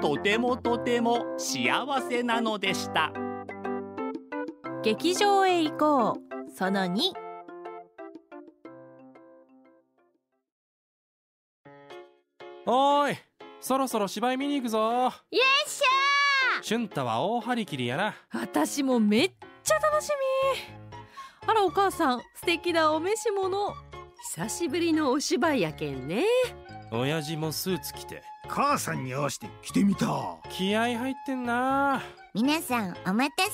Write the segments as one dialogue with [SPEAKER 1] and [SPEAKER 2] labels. [SPEAKER 1] とてもとても幸せなのでした
[SPEAKER 2] 劇場へ行こうその2
[SPEAKER 3] おーいそろそろ芝居見に行くぞ
[SPEAKER 4] よっし
[SPEAKER 3] 俊太は大張り切りやな
[SPEAKER 2] 私もめっちゃ楽しみあらお母さん素敵なお召し物
[SPEAKER 4] ゃ久しぶりのお芝居やけんね
[SPEAKER 3] 親父もスーツ着て
[SPEAKER 5] 母さんに合わせて着てみた
[SPEAKER 3] 気合入ってんな
[SPEAKER 6] 皆さんお待た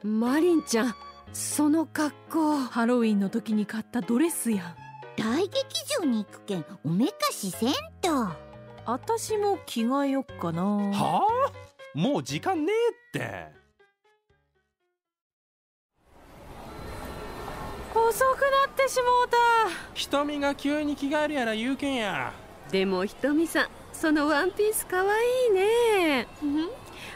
[SPEAKER 6] せ
[SPEAKER 4] マリンちゃんその格好
[SPEAKER 2] ハロウィンの時に買ったドレスやん
[SPEAKER 6] 大劇場に行くけんおめかしせんと
[SPEAKER 2] 私も着替えよっかな
[SPEAKER 3] はあもう時間ねえって
[SPEAKER 2] 遅くなってしもう
[SPEAKER 3] 瞳が急に着替えるやら言うけんや
[SPEAKER 4] でもひとみさんそのワンピースかわいいね
[SPEAKER 2] たうん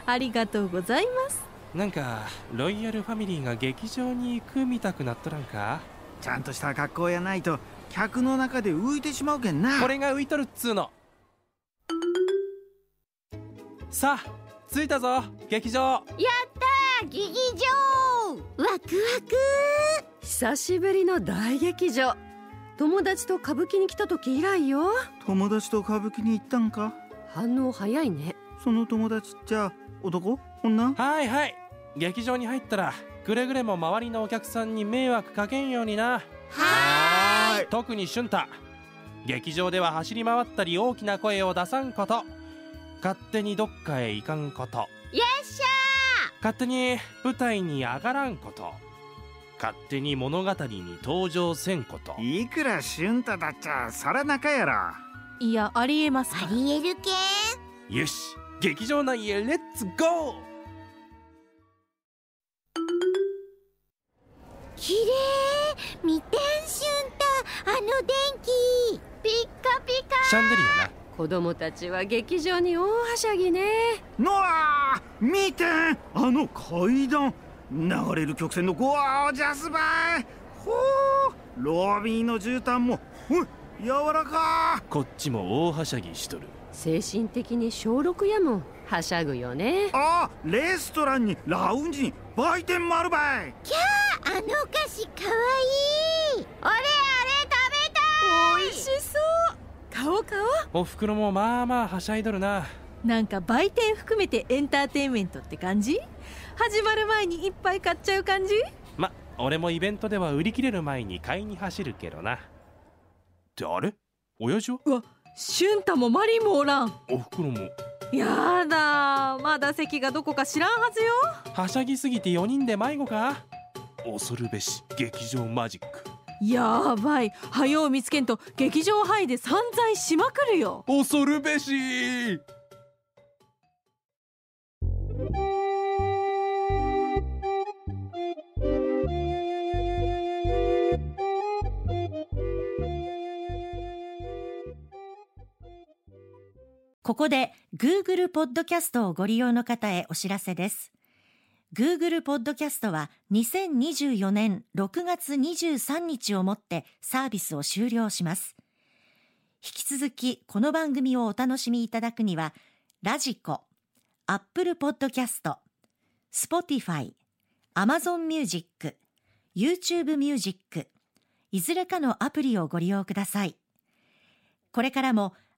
[SPEAKER 2] ありがとうございます
[SPEAKER 3] なんかロイヤルファミリーが劇場に行くみたくなっとらんか
[SPEAKER 5] ちゃんとした格好やないと客の中で浮いてしまうけんな
[SPEAKER 3] これが浮いとるっつうのさあ着いたぞ劇場
[SPEAKER 6] あ劇場ワクワク
[SPEAKER 4] 久しぶりの大劇場友達と歌舞伎に来た時以来よ
[SPEAKER 5] 友達と歌舞伎に行ったんか
[SPEAKER 4] 反応早いね
[SPEAKER 5] その友達じゃあ男女
[SPEAKER 3] はいはい劇場に入ったらくれぐれも周りのお客さんに迷惑かけんようにな
[SPEAKER 5] は
[SPEAKER 3] 特に俊太劇場では走り回ったり大きな声を出さんこと勝手にどっかへ行かんこと
[SPEAKER 6] よっし
[SPEAKER 3] 勝手に舞台に上がらんこと勝手に物語に登場せんこと
[SPEAKER 5] ーいいくら俊太だっちゃそら仲やろ
[SPEAKER 2] いやありえます
[SPEAKER 6] ゃ
[SPEAKER 2] か
[SPEAKER 6] ありえるけん
[SPEAKER 3] よし劇場内へレッツゴー
[SPEAKER 6] きれい見てんしゅんたあの電気ピッカピカ
[SPEAKER 3] シャンデリアな
[SPEAKER 4] 子供たちは劇場に大はしゃぎね
[SPEAKER 5] のわー見てんあの階段流れる曲線のゴージャスばいほうロビーの絨毯もほい柔らか
[SPEAKER 3] こっちも大はしゃぎしとる
[SPEAKER 4] 精神的に小6やもんはしゃぐよね
[SPEAKER 5] あレストランにラウンジに売店もあるばい
[SPEAKER 6] あのお菓子かわいいあれあれ
[SPEAKER 2] 美味しそう買おう買お
[SPEAKER 3] おふくろもまあまあはしゃいどるな
[SPEAKER 2] うなんか売店含めてエンターテインメントって感じ始まる前にいっぱい買っちゃう感じ
[SPEAKER 3] ま俺もイベントでは売り切れる前に買いに走るけどなってあれ親父は
[SPEAKER 2] 俊太もマリンもおらん
[SPEAKER 3] おふくろも
[SPEAKER 2] やだまだ席がどこか知らんはずよ
[SPEAKER 3] はしゃぎすぎて4人で迷子か恐るべし劇場マジック
[SPEAKER 2] やばい早う見つけんと劇場範囲で散財しまくるよ
[SPEAKER 3] 恐るべし
[SPEAKER 7] ここで Google ポッドキャストをご利用の方へお知らせです。Google ポッドキャストは2024年6月23日をもってサービスを終了します。引き続きこの番組をお楽しみいただくには、ラジコ、Apple ポッドキャスト、Spotify、Amazon Music、YouTube Music、いずれかのアプリをご利用ください。これからも